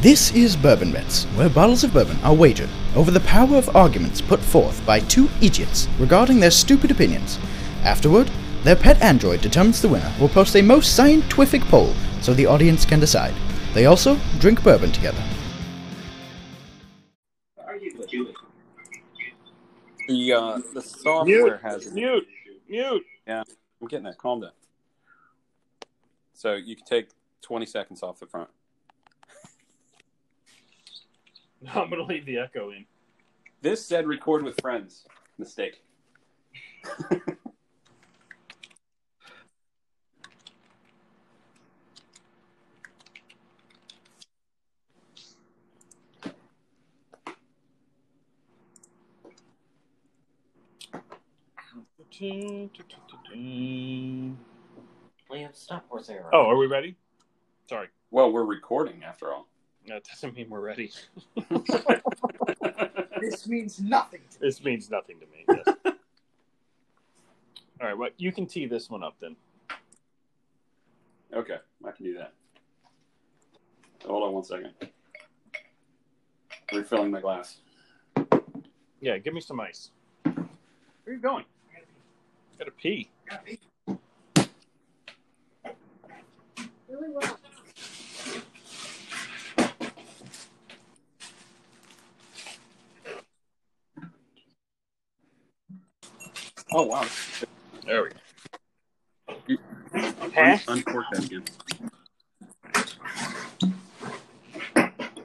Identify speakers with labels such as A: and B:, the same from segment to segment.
A: This is Bourbon Bets, where bottles of bourbon are wagered over the power of arguments put forth by two idiots regarding their stupid opinions. Afterward, their pet android determines the winner will post a most scientific poll so the audience can decide. They also drink bourbon together.
B: The uh, the software
C: Mute,
B: has it.
C: mute, mute.
B: I'm getting it. Calm down. So you can take 20 seconds off the front.
C: No, I'm gonna leave the echo in.
B: This said record with friends. Mistake.
D: Liam, stop horsing around.
C: Oh, are we ready? Sorry,
B: Well, we're recording after all.
C: that doesn't mean we're ready.
E: This means nothing.
C: This means nothing to me. Yes. All right, well, you can tee this one up then.
B: Okay, I can do that. Hold on one second. Refilling my glass.
C: Yeah, give me some ice. Where are you going? Got to pee.
B: Oh, wow.
C: There we go.
B: Un- uncork that again.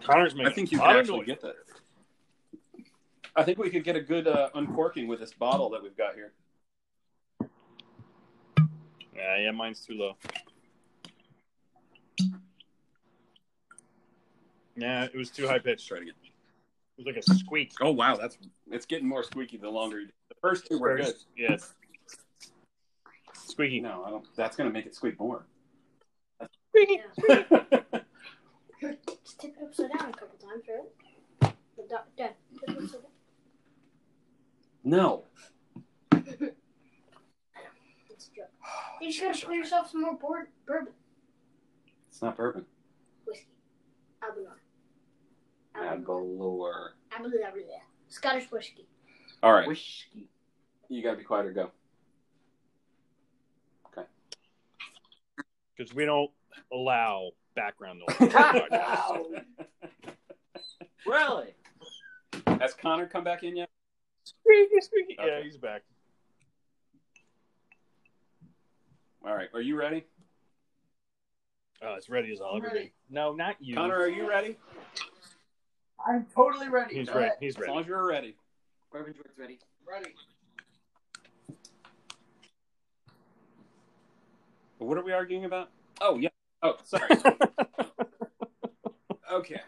C: Connor's making.
B: I think you
C: a
B: could
C: lot of
B: actually
C: noise.
B: get that. I think we could get a good uh, uncorking with this bottle that we've got here.
C: Yeah, yeah, mine's too low. Yeah, it was too high pitched.
B: Try it again.
C: It was like a squeak.
B: Oh wow, that's it's getting more squeaky the longer. You, the first two were good.
C: Yeah. Squeaky.
B: No, I don't, that's gonna make it squeak more.
C: Squeaky.
F: Just tip it upside down a couple times, right? The duck, Dad, tip it upside down.
B: no,
F: It's a joke. You just gotta pour yourself some more board, bourbon
B: it's not bourbon.
F: whiskey. Abalone.
B: Abalor.
F: Abalone. Abalone. Scottish whiskey.
B: All right,
D: Whiskey.
B: you gotta be quiet or go.
C: Because we don't allow background noise.
D: Wow. really?
B: Has Connor come back in yet?
C: squeaky, squeaky. Yeah,
B: Okay.
C: he's back.
B: All right, are you ready?
C: Oh, as ready as I'll
E: I'm
C: ever
E: ready.
C: be. No, not you.
B: Connor, are you ready?
E: I'm totally ready.
C: He's
E: All
C: ready. He's
B: As long
C: ready.
B: as you're ready.
D: Bourbon joint's ready.
E: Ready.
B: What are we arguing about? Oh yeah. Oh, sorry. okay.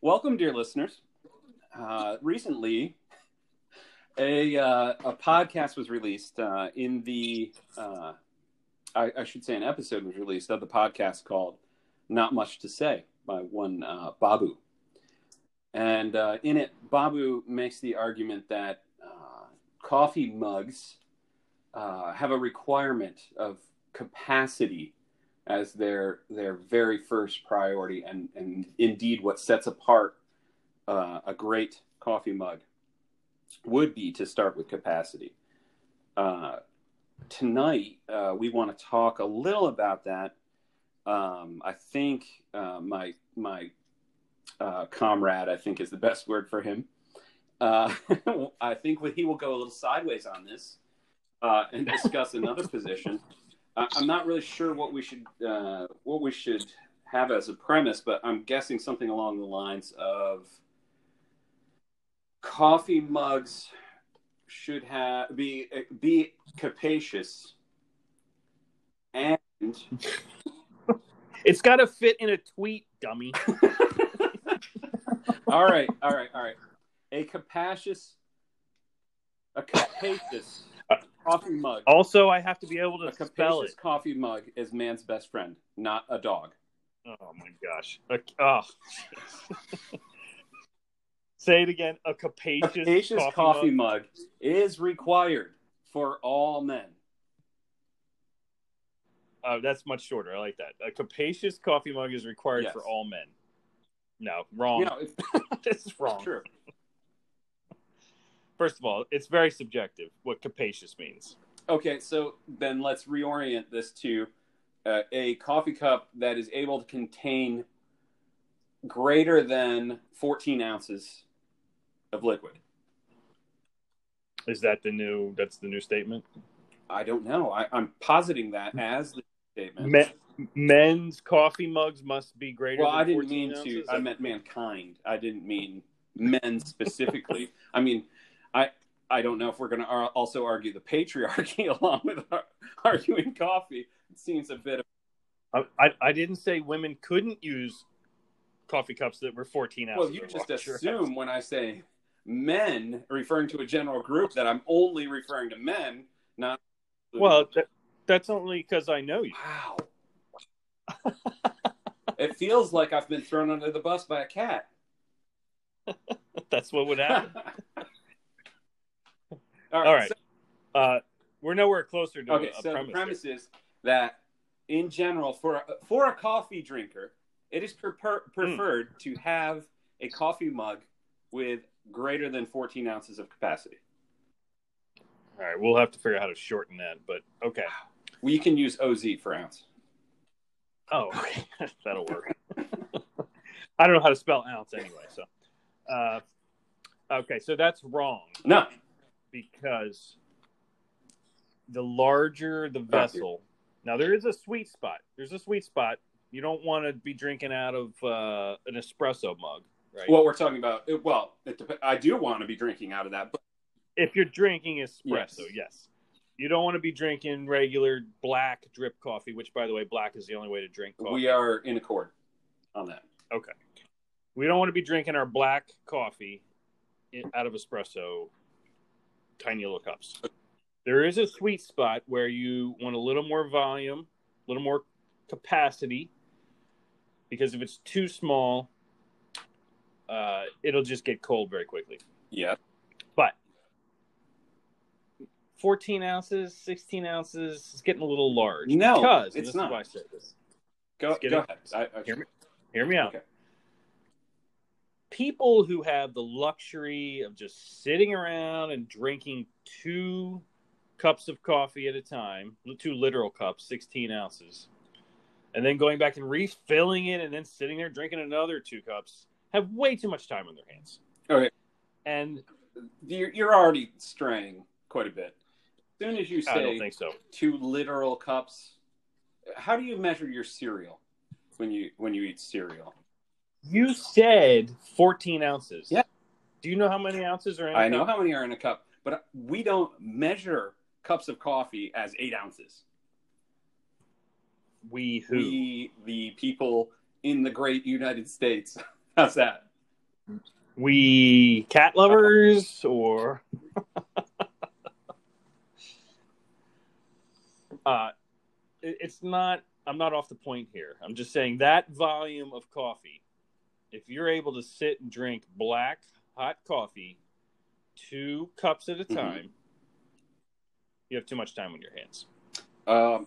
B: Welcome, dear listeners. Uh, recently, a uh, a podcast was released uh, in the uh, I, I should say an episode was released of the podcast called "Not Much to Say" by one uh, Babu, and uh, in it, Babu makes the argument that uh, coffee mugs uh, have a requirement of capacity as their their very first priority, and and indeed what sets apart uh, a great coffee mug would be to start with capacity. Uh, tonight uh, we want to talk a little about that. Um, I think uh, my my uh, comrade, I think is the best word for him. Uh, I think he will go a little sideways on this uh, and discuss another position. I- I'm not really sure what we should uh, what we should have as a premise, but I'm guessing something along the lines of coffee mugs should have be uh, be capacious and
C: It's got to fit in a tweet, dummy.
B: all right all right all right a capacious a capacious coffee mug
C: Also, I have to be able
B: a
C: to spell
B: capacious
C: it.
B: coffee mug is man's best friend not a dog
C: Oh my gosh. A, oh. Say it again. A capacious,
B: capacious
C: coffee,
B: coffee, mug.
C: mug.
B: is required for all men.
C: Oh, that's much shorter. I like that. A capacious coffee mug is required
B: Yes.
C: for all men. No, wrong.
B: You know, it's
C: this is wrong.
B: Sure.
C: First of all, it's very subjective what capacious means.
B: Okay, so then let's reorient this to uh, a coffee cup that is able to contain greater than 14 ounces of liquid.
C: Is that the new? That's the new statement.
B: I don't know. I, I'm positing that as the statement.
C: Hmm. Me- men's coffee mugs must be greater.
B: well,
C: than
B: I didn't
C: 14
B: mean to.
C: ounces?
B: I meant mankind. I didn't mean men specifically. I mean, I I don't know if we're going to ar- also argue the patriarchy along with ar- arguing coffee. It seems a bit of
C: I, I, I didn't say women couldn't use coffee cups that were 14 ounces.
B: Well, you
C: or
B: just
C: larger.
B: assume when I say men, referring to a general group, that I'm only referring to men, not.
C: Well, that, that's only because I know you.
B: wow. it feels like I've been thrown under the bus by a cat.
C: That's what would
B: All
C: happen.
B: right.
C: All right.
B: So,
C: uh, we're nowhere closer to
B: okay.
C: a
B: So
C: premise.
B: the
C: here.
B: premise is that, in general, for a, for a coffee drinker, it is prefer,
C: Hmm.
B: preferred to have a coffee mug with greater than 14 ounces of capacity.
C: All right, we'll have to figure out how to shorten that, but okay.
B: We can use OZ for ounce.
C: Oh, okay. that'll work. I don't know how to spell ounce anyway, so. Uh, okay, so that's wrong
B: No,
C: because the larger
B: Oh,
C: the vessel. Now there is a sweet spot. There's a sweet spot. You don't want to be drinking out of uh, an espresso mug, right?
B: what we're talking about. it- Well, it dep- I do want to be drinking out of that, but
C: if you're drinking espresso,
B: Yes.
C: yes. You don't want to be drinking regular black drip coffee, which, by the way, black is the only way to drink coffee.
B: we are in accord on that.
C: we don't want to be drinking our black coffee in, out of espresso tiny little cups. There is a sweet spot where you want a little more volume, a little more capacity, because if it's too small, uh, it'll just get cold very quickly.
B: Yeah.
C: But 14 ounces, 16 ounces, it's getting a little large.
B: No,
C: because
B: it's
C: and this
B: not.
C: Is why I said this.
B: Go,
C: Let's get
B: go
C: it.
B: ahead. I, I,
C: Hear me? Hear me out.
B: Okay.
C: people who have the luxury of just sitting around and drinking two cups of coffee at a time, two literal cups, 16 ounces, and then going back and refilling it and then sitting there drinking another two cups, have way too much time on their hands.
B: Okay.
C: And
B: You're, you're already straying quite a bit. As soon as you
C: I don't
B: say
C: think so.
B: two literal cups, how do you measure your cereal when you when you eat cereal?
C: You said 14 ounces.
B: Yeah.
C: Do you know how many ounces are in a
B: I know
C: cup?
B: how many are in a cup, but we don't measure cups of coffee as eight ounces.
C: We who?
B: We, the people in the great United States. How's that?
C: we cat lovers or uh it- it's not i'm not off the point here i'm just saying that volume of coffee if you're able to sit and drink black hot coffee two cups at a
B: Mhm.
C: time you have too much time on your hands
B: Um,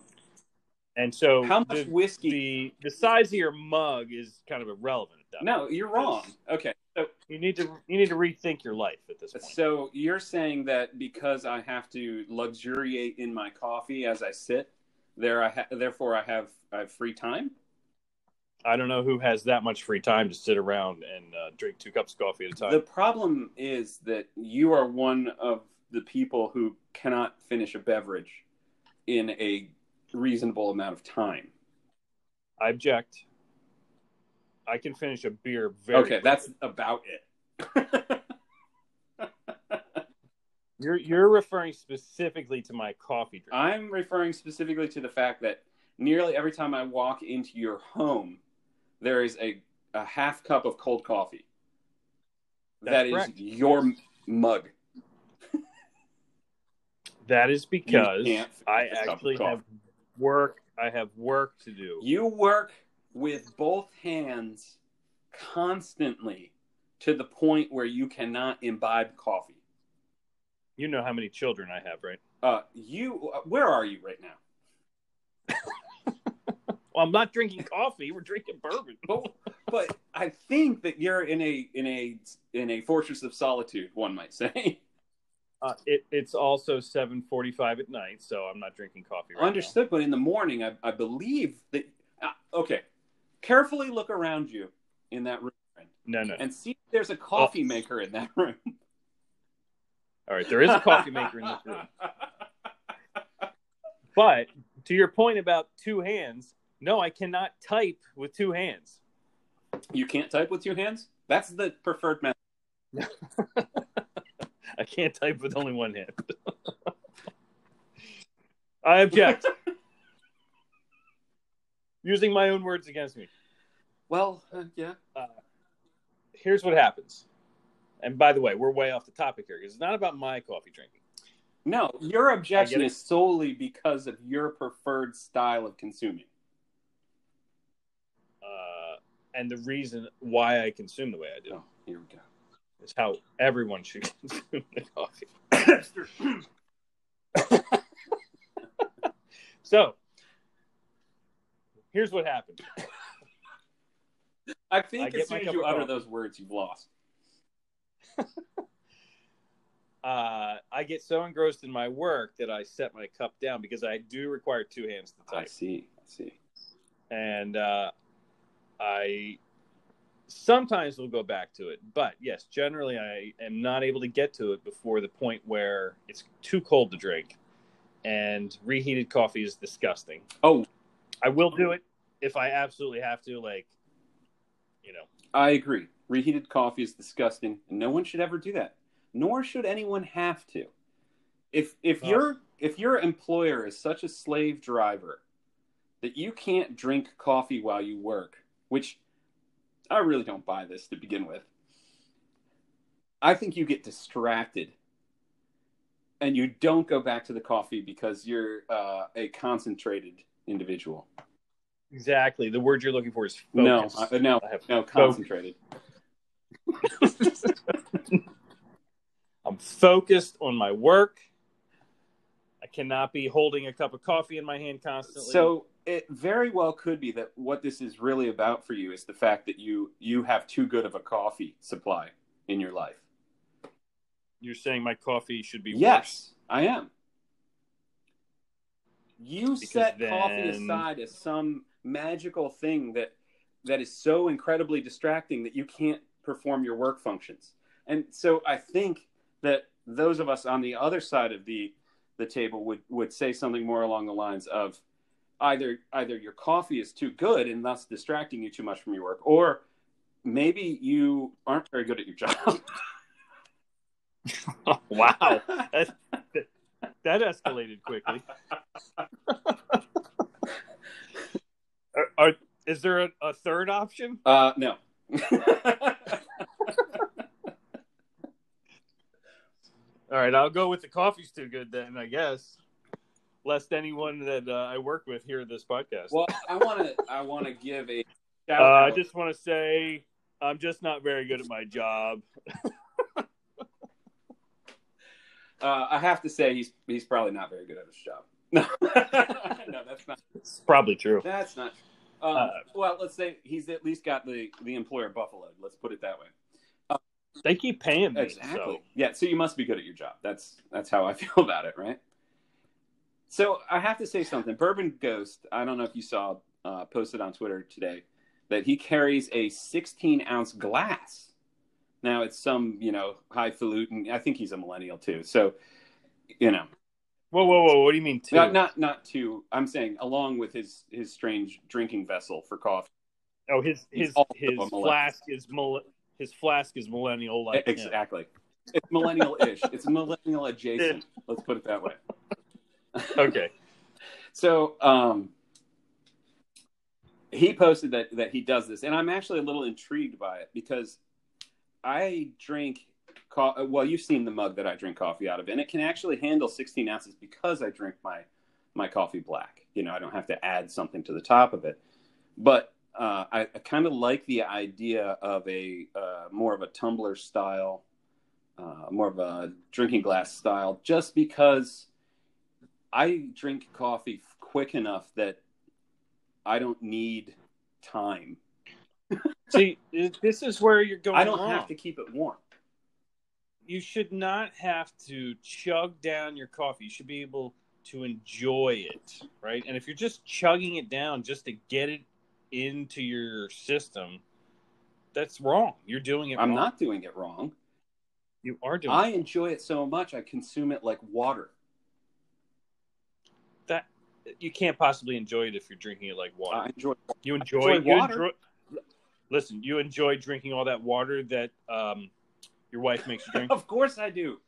C: and so
B: how much
C: the,
B: whiskey
C: the the size of your mug is kind of irrelevant at that point.
B: No, you're wrong. Okay.
C: you need to you need to rethink your life at this point
B: So you're saying that because I have to luxuriate in my coffee as I sit, there I ha- therefore I have I have free time?
C: I don't know who has that much free time to sit around and uh, drink two cups of coffee at a time.
B: The problem is that you are one of the people who cannot finish a beverage in a reasonable amount of time.
C: I object. I can finish a beer very.
B: okay, that's about it.
C: you're you're referring specifically to my coffee drink.
B: I'm referring specifically to the fact that nearly every time I walk into your home, there is a, a half cup of cold coffee.
C: That's
B: That is
C: correct.
B: your m- mug.
C: that is because
B: You can't finish
C: I
B: a cup of
C: actually
B: coffee.
C: have work. I have work to do.
B: You work with both hands constantly to the point where you cannot imbibe coffee.
C: You know how many children I have, right?
B: Uh, you, where are you right now?
C: Well, I'm not drinking coffee. We're drinking bourbon.
B: But, but I think that you're in a in a in a fortress of solitude. One might say.
C: Uh, it, it's also 7:45 at night, so I'm not drinking coffee right
B: Understood. But in the morning, I, I believe that. Uh, okay, carefully look around you in that room
C: now. No, no.
B: and see if there's a coffee maker in that room.
C: All right, Oh. there is a coffee maker in this room. But to your point about two hands, no, I cannot type with two hands.
B: You can't type with two hands. That's the preferred method.
C: I can't type with only one hand. I object. Using my own words against me.
B: Well, uh, yeah.
C: Here's what happens. And by the way, we're way off the topic here. 'cause It's not about my coffee drinking.
B: No, your objection
C: I get it.
B: is solely because of your preferred style of consuming.
C: Uh, and the reason why I consume the way I do.
B: Oh, here we go.
C: is how everyone should consume the coffee. so, here's what happened.
B: I
C: I
B: think
C: get
B: as soon
C: my
B: as
C: cup
B: you
C: of
B: utter
C: coffee.
B: those words, you've lost.
C: Uh, I get so engrossed in my work that I set my cup down because I do require two hands to
B: I
C: type,
B: see. I see.
C: and uh, I sometimes will go back to it. But yes, generally I am not able to get to it before the point where it's too cold to drink, and reheated coffee is disgusting.
B: Oh,
C: I will do it if I absolutely have to, like, you know.
B: I agree. Reheated coffee is disgusting, and no one should ever do that. Nor should anyone have to. If if
C: Well-
B: your if your employer is such a slave driver that you can't drink coffee while you work, which I really don't buy this to begin with. I think you get distracted and you don't go back to the coffee because you're uh, a concentrated individual.
C: Exactly. The word you're looking for is
B: No,
C: focus.
B: I, no,
C: I have,
B: no, concentrated.
C: I'm focused on my work. I cannot be holding a cup of coffee in my hand constantly.
B: So it very well could be that what this is really about for you is the fact that you you have too good of a coffee supply in your life.
C: you're saying my coffee should be worse.
B: Yes, I am. You
C: Because
B: set coffee
C: then-
B: aside as some magical thing that that is so incredibly distracting that you can't perform your work functions. And so I think that those of us on the other side of the the table would would say something more along the lines of either either your coffee is too good and thus distracting you too much from your work or maybe you aren't very good at your job.
C: wow. That's, that escalated quickly. are, are, is there a, a third option?
B: Uh, no.
C: All right, I'll go with the coffee's too good then, I guess. Lest anyone that uh, I work with hear this podcast.
B: well, I want to. I want to give a shout
C: Uh, I
B: out.
C: just want to say I'm just not very good at my job.
B: Uh, I have to say he's he's probably not very good at his job. No, no, that's not.
C: It's probably true.
B: That's not. Um,
C: Uh,
B: well, let's say he's at least got the the employer buffaloed. Let's put it that way.
C: They keep paying me.
B: Exactly.
C: So.
B: Yeah. So you must be good at your job. That's that's how I feel about it, right? So I have to say something. Bourbon Ghost. I don't know if you saw uh, posted on Twitter today that he carries a 16 ounce glass. Now it's some you know highfalutin. I think he's a millennial too. So you know,
C: Whoa, whoa, whoa! What do you mean two?
B: not not not too. I'm saying along with his his strange drinking vessel for coffee.
C: oh, his
B: He's
C: his
B: also a
C: his
B: millennial.
C: flask is mil- his flask is millennial like him.
B: exactly. It's millennial ish. it's millennial adjacent. Let's put it that way.
C: Okay.
B: So um, he posted that that he does this, and I'm actually a little intrigued by it because I drink. Co- well, you've seen the mug that I drink coffee out of, and it can actually handle 16 ounces because I drink my my coffee black. You know, I don't have to add something to the top of it. But uh, I, I kind of like the idea of a uh, more of a tumbler style, uh, more of a drinking glass style, just because I drink coffee quick enough that I don't need time.
C: See, this is where you're going.
B: I don't
C: wrong.
B: have to keep it warm.
C: You should not have to chug down your coffee. You should be able to enjoy it, right? And if you're just chugging it down just to get it into your system, that's wrong. You're doing it.
B: I'm
C: wrong.
B: not doing it wrong.
C: You are doing.
B: I
C: it.
B: enjoy it so much, I consume it like water.
C: that. You can't possibly enjoy it if you're drinking it like water.
B: I enjoy
C: You enjoy,
B: enjoy
C: you
B: water.
C: enjoy- listen, you enjoy drinking all that water that um, your wife makes you drink.
B: Of course I do.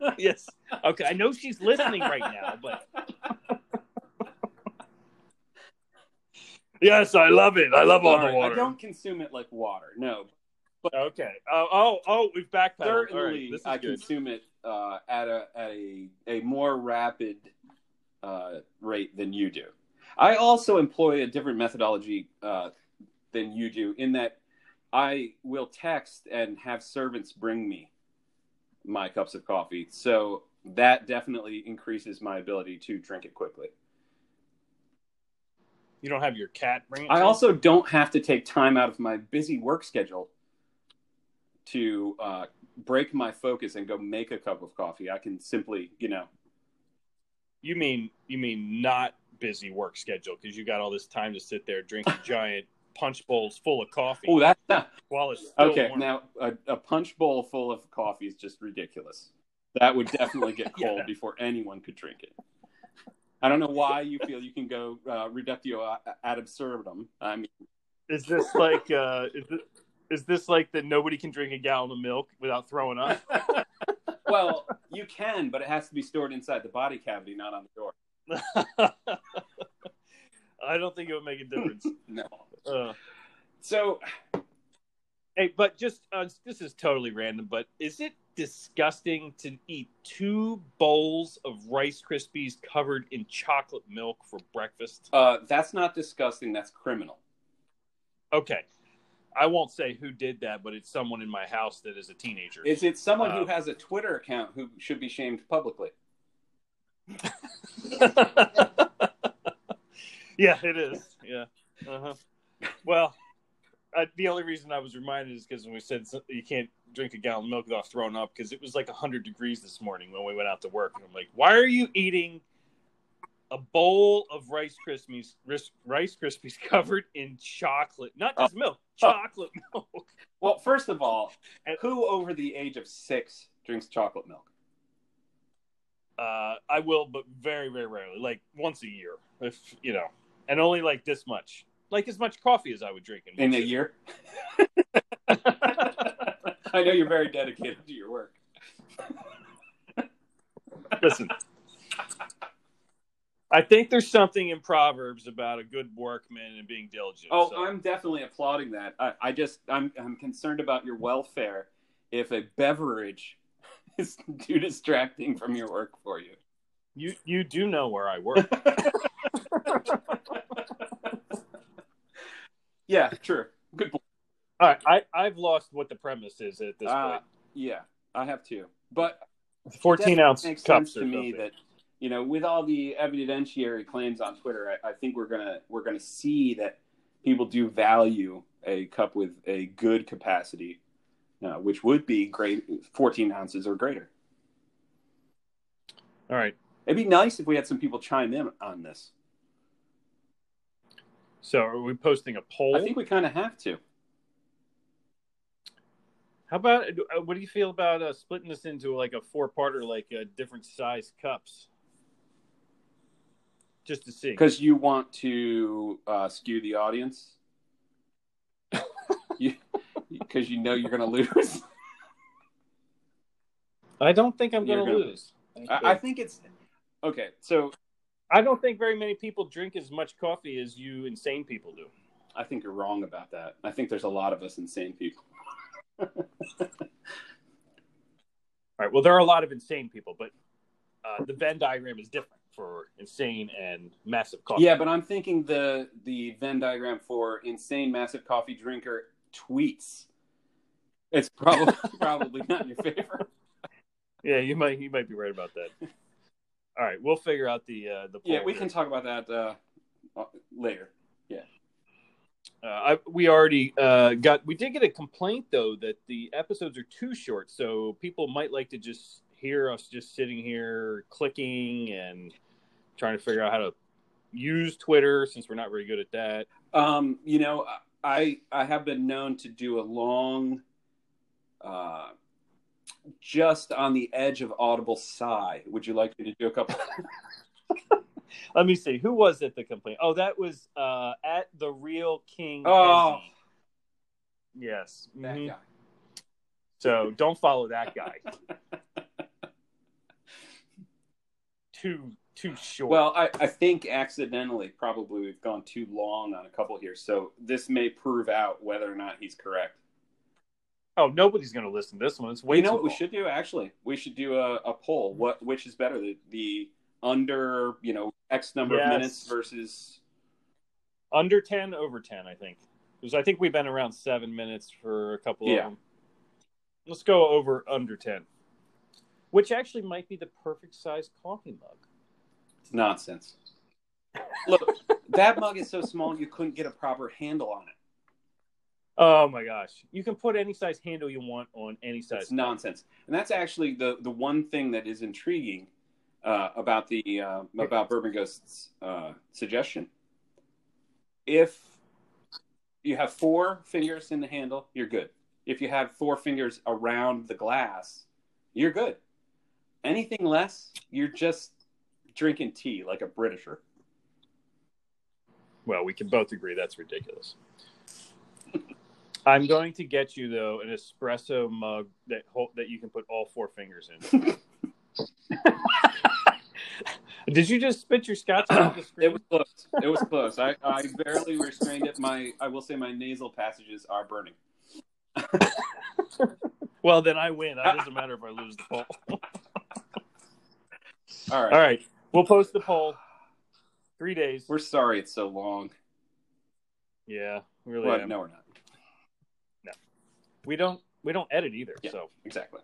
B: Oh,
C: yes. Okay, I know she's listening right now, but yes, I love it. I love
B: Sorry, I don't consume it like water. No.
C: Okay. Oh, oh, oh, we've backpedaled. all right,
B: Certainly
C: this is
B: I
C: good.
B: consume it uh, at a at a, a more rapid uh, rate than you do. I also employ a different methodology uh, than you do in that I will text and have servants bring me my cups of coffee. So that definitely increases my ability to drink it quickly.
C: You don't have your cat bring it. to
B: I
C: you?
B: also don't have to take time out of my busy work schedule to uh, break my focus and go make a cup of coffee. I can simply, you know,
C: You mean you mean not busy work schedule because you got all this time to sit there drinking giant punch bowls full of coffee
B: oh, that's
C: while it's still
B: okay.
C: warm.
B: Now, a, a punch bowl full of coffee is just ridiculous. That would definitely get
C: Yeah.
B: cold before anyone could drink it. I don't know why you feel you can go uh, reductio ad absurdum. I mean,
C: Is this like uh, is this, is this like that nobody can drink a gallon of milk without throwing up?
B: well, you can, but it has to be stored inside the body cavity, not on the door.
C: I don't think it would make a difference.
B: No.
C: Uh,
B: So
C: hey, but just uh, this is totally random, but is it disgusting to eat two bowls of Rice Krispies covered in chocolate milk for breakfast?
B: uh, that's not disgusting. That's criminal.
C: Okay. I won't say who did that, but it's someone in my house that is a teenager.
B: Is it someone who
C: Um,
B: has a Twitter account who should be shamed publicly?
C: yeah, it is. Yeah. Uh-huh. Well, I, the only reason I was reminded is because when we said so- you can't drink a gallon of milk without throwing up, because it was like 100 degrees this morning when we went out to work. And I'm like, why are you eating a bowl of Rice Krispies, Ris- Rice Krispies covered in chocolate? Not just milk, chocolate milk.
B: Well, first of all,
C: And-
B: who over the age of six drinks chocolate milk?
C: Uh, I will, but very, very rarely, like once a year, if you know, and only like this much, like as much coffee as I would drink
B: In a
C: one sitting.
B: year? I know you're very dedicated to your work.
C: Listen, I think there's something in Proverbs about a good workman and being diligent.
B: Oh,
C: so-
B: I'm definitely applauding that. I, I just, I'm, I'm concerned about your welfare if a beverage is too distracting from your work for you.
C: you you do know where I work.
B: Yeah, true. Good point.
C: All right, I I've lost what the premise is at this
B: Uh, yeah, I have too. But
C: point. 14 ounce
B: makes
C: cups
B: sense
C: or
B: to me
C: something.
B: that you know with all the evidentiary claims on twitter I, I think we're gonna we're gonna see that people do value a cup with a good capacity uh, which would be great 14 ounces or greater
C: All right,
B: it'd be nice if we had some people chime in on this
C: so are we posting a poll?
B: i think we kind of have to
C: How about uh, what do you feel about uh, splitting this into like a four parter, like uh, different size cups, just to see?
B: because you want to uh, skew the audience because you know you're gonna lose
C: I don't think I'm going
B: You're
C: to
B: gonna-
C: lose.
B: I, I think it's okay so
C: I don't think very many people drink as much coffee as you insane people do.
B: I think you're wrong about that. I think there's a lot of us insane people.
C: All right. Well, there are a lot of insane people, but uh, the Venn diagram is different for insane and massive coffee.
B: Yeah, but I'm thinking the the Venn diagram for insane massive coffee drinker tweets. It's probably probably not in your favor.
C: yeah, you might you might be right about that. All right, we'll figure out the uh, the.
B: Yeah,
C: poll
B: we
C: here.
B: can talk about that uh, later.
C: Uh, I, we already uh, got. We did get a complaint though that the episodes are too short, so people might like to just hear us just sitting here clicking and trying to figure out how to use Twitter since we're not very good at that.
B: Um, you know, I I have been known to do a long, uh, just on the edge of audible sigh. Would you like me to do a couple?
C: Let me see. Who was it that complained? Oh, that was uh, at the real King.
B: Oh.
C: Envy. yes.
B: That
C: Mhm.
B: guy.
C: So don't follow that guy. too too short.
B: Well, I, I think accidentally, probably we've gone too long on a couple here, so this may prove out whether or not he's correct.
C: oh, nobody's going to listen to this one. It's way
B: you know
C: too
B: what we
C: long.
B: should do? Actually, we should do a, a poll. What which is better, the, the under you know x number
C: Yes.
B: of minutes versus
C: under 10 over 10 i think because i think we've been around seven minutes for a couple
B: Yeah.
C: of them let's go over under 10 which actually might be the perfect size coffee mug
B: nonsense. Look, that mug is so small you couldn't get a proper handle on it.
C: oh my gosh you can put any size handle you want on any size
B: It's nonsense, and that's actually the the one thing that is intriguing uh, about the uh, about Bourbon Ghost's uh, suggestion. If you have four fingers in the handle, you're good. If you have four fingers around the glass, you're good. Anything less, you're just drinking tea like a Britisher.
C: well we can both agree that's ridiculous i'm going to get you though an espresso mug that hol- that you can put all four fingers in did you just spit your scotch out the
B: It
C: screen?
B: was close. It was close. I, I barely restrained it. My I will say my nasal passages are burning.
C: Well, then I win. It doesn't matter if I lose the poll.
B: All right.
C: All right. We'll post the poll. Three days.
B: We're sorry it's so long.
C: yeah, we really.
B: Well,
C: am.
B: no, we're not.
C: We don't. We don't edit either.
B: Yeah.
C: So
B: Exactly.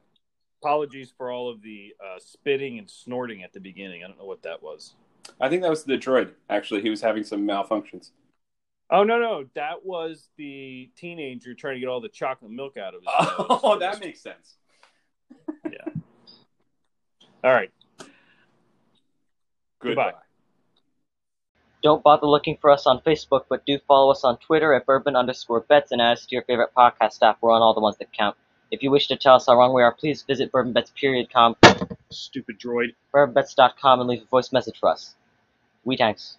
C: apologies for all of the uh, spitting and snorting at the beginning. I don't know what that was.
B: I think that was the droid. Actually, he was having some malfunctions.
C: Oh no, no, that was the teenager trying to get all the chocolate milk out of his.
B: Oh,
C: nose.
B: that makes sense.
C: all right.
B: Goodbye.
G: Don't bother looking for us on Facebook, but do follow us on Twitter at bourbon underscore bets and add us to your favorite podcast app. We're on all the ones that count. If you wish to tell us how wrong we are, please visit bourbonbets.com,
C: Stupid droid.
G: bourbonbets.com, and leave a voice message for us. We thanks.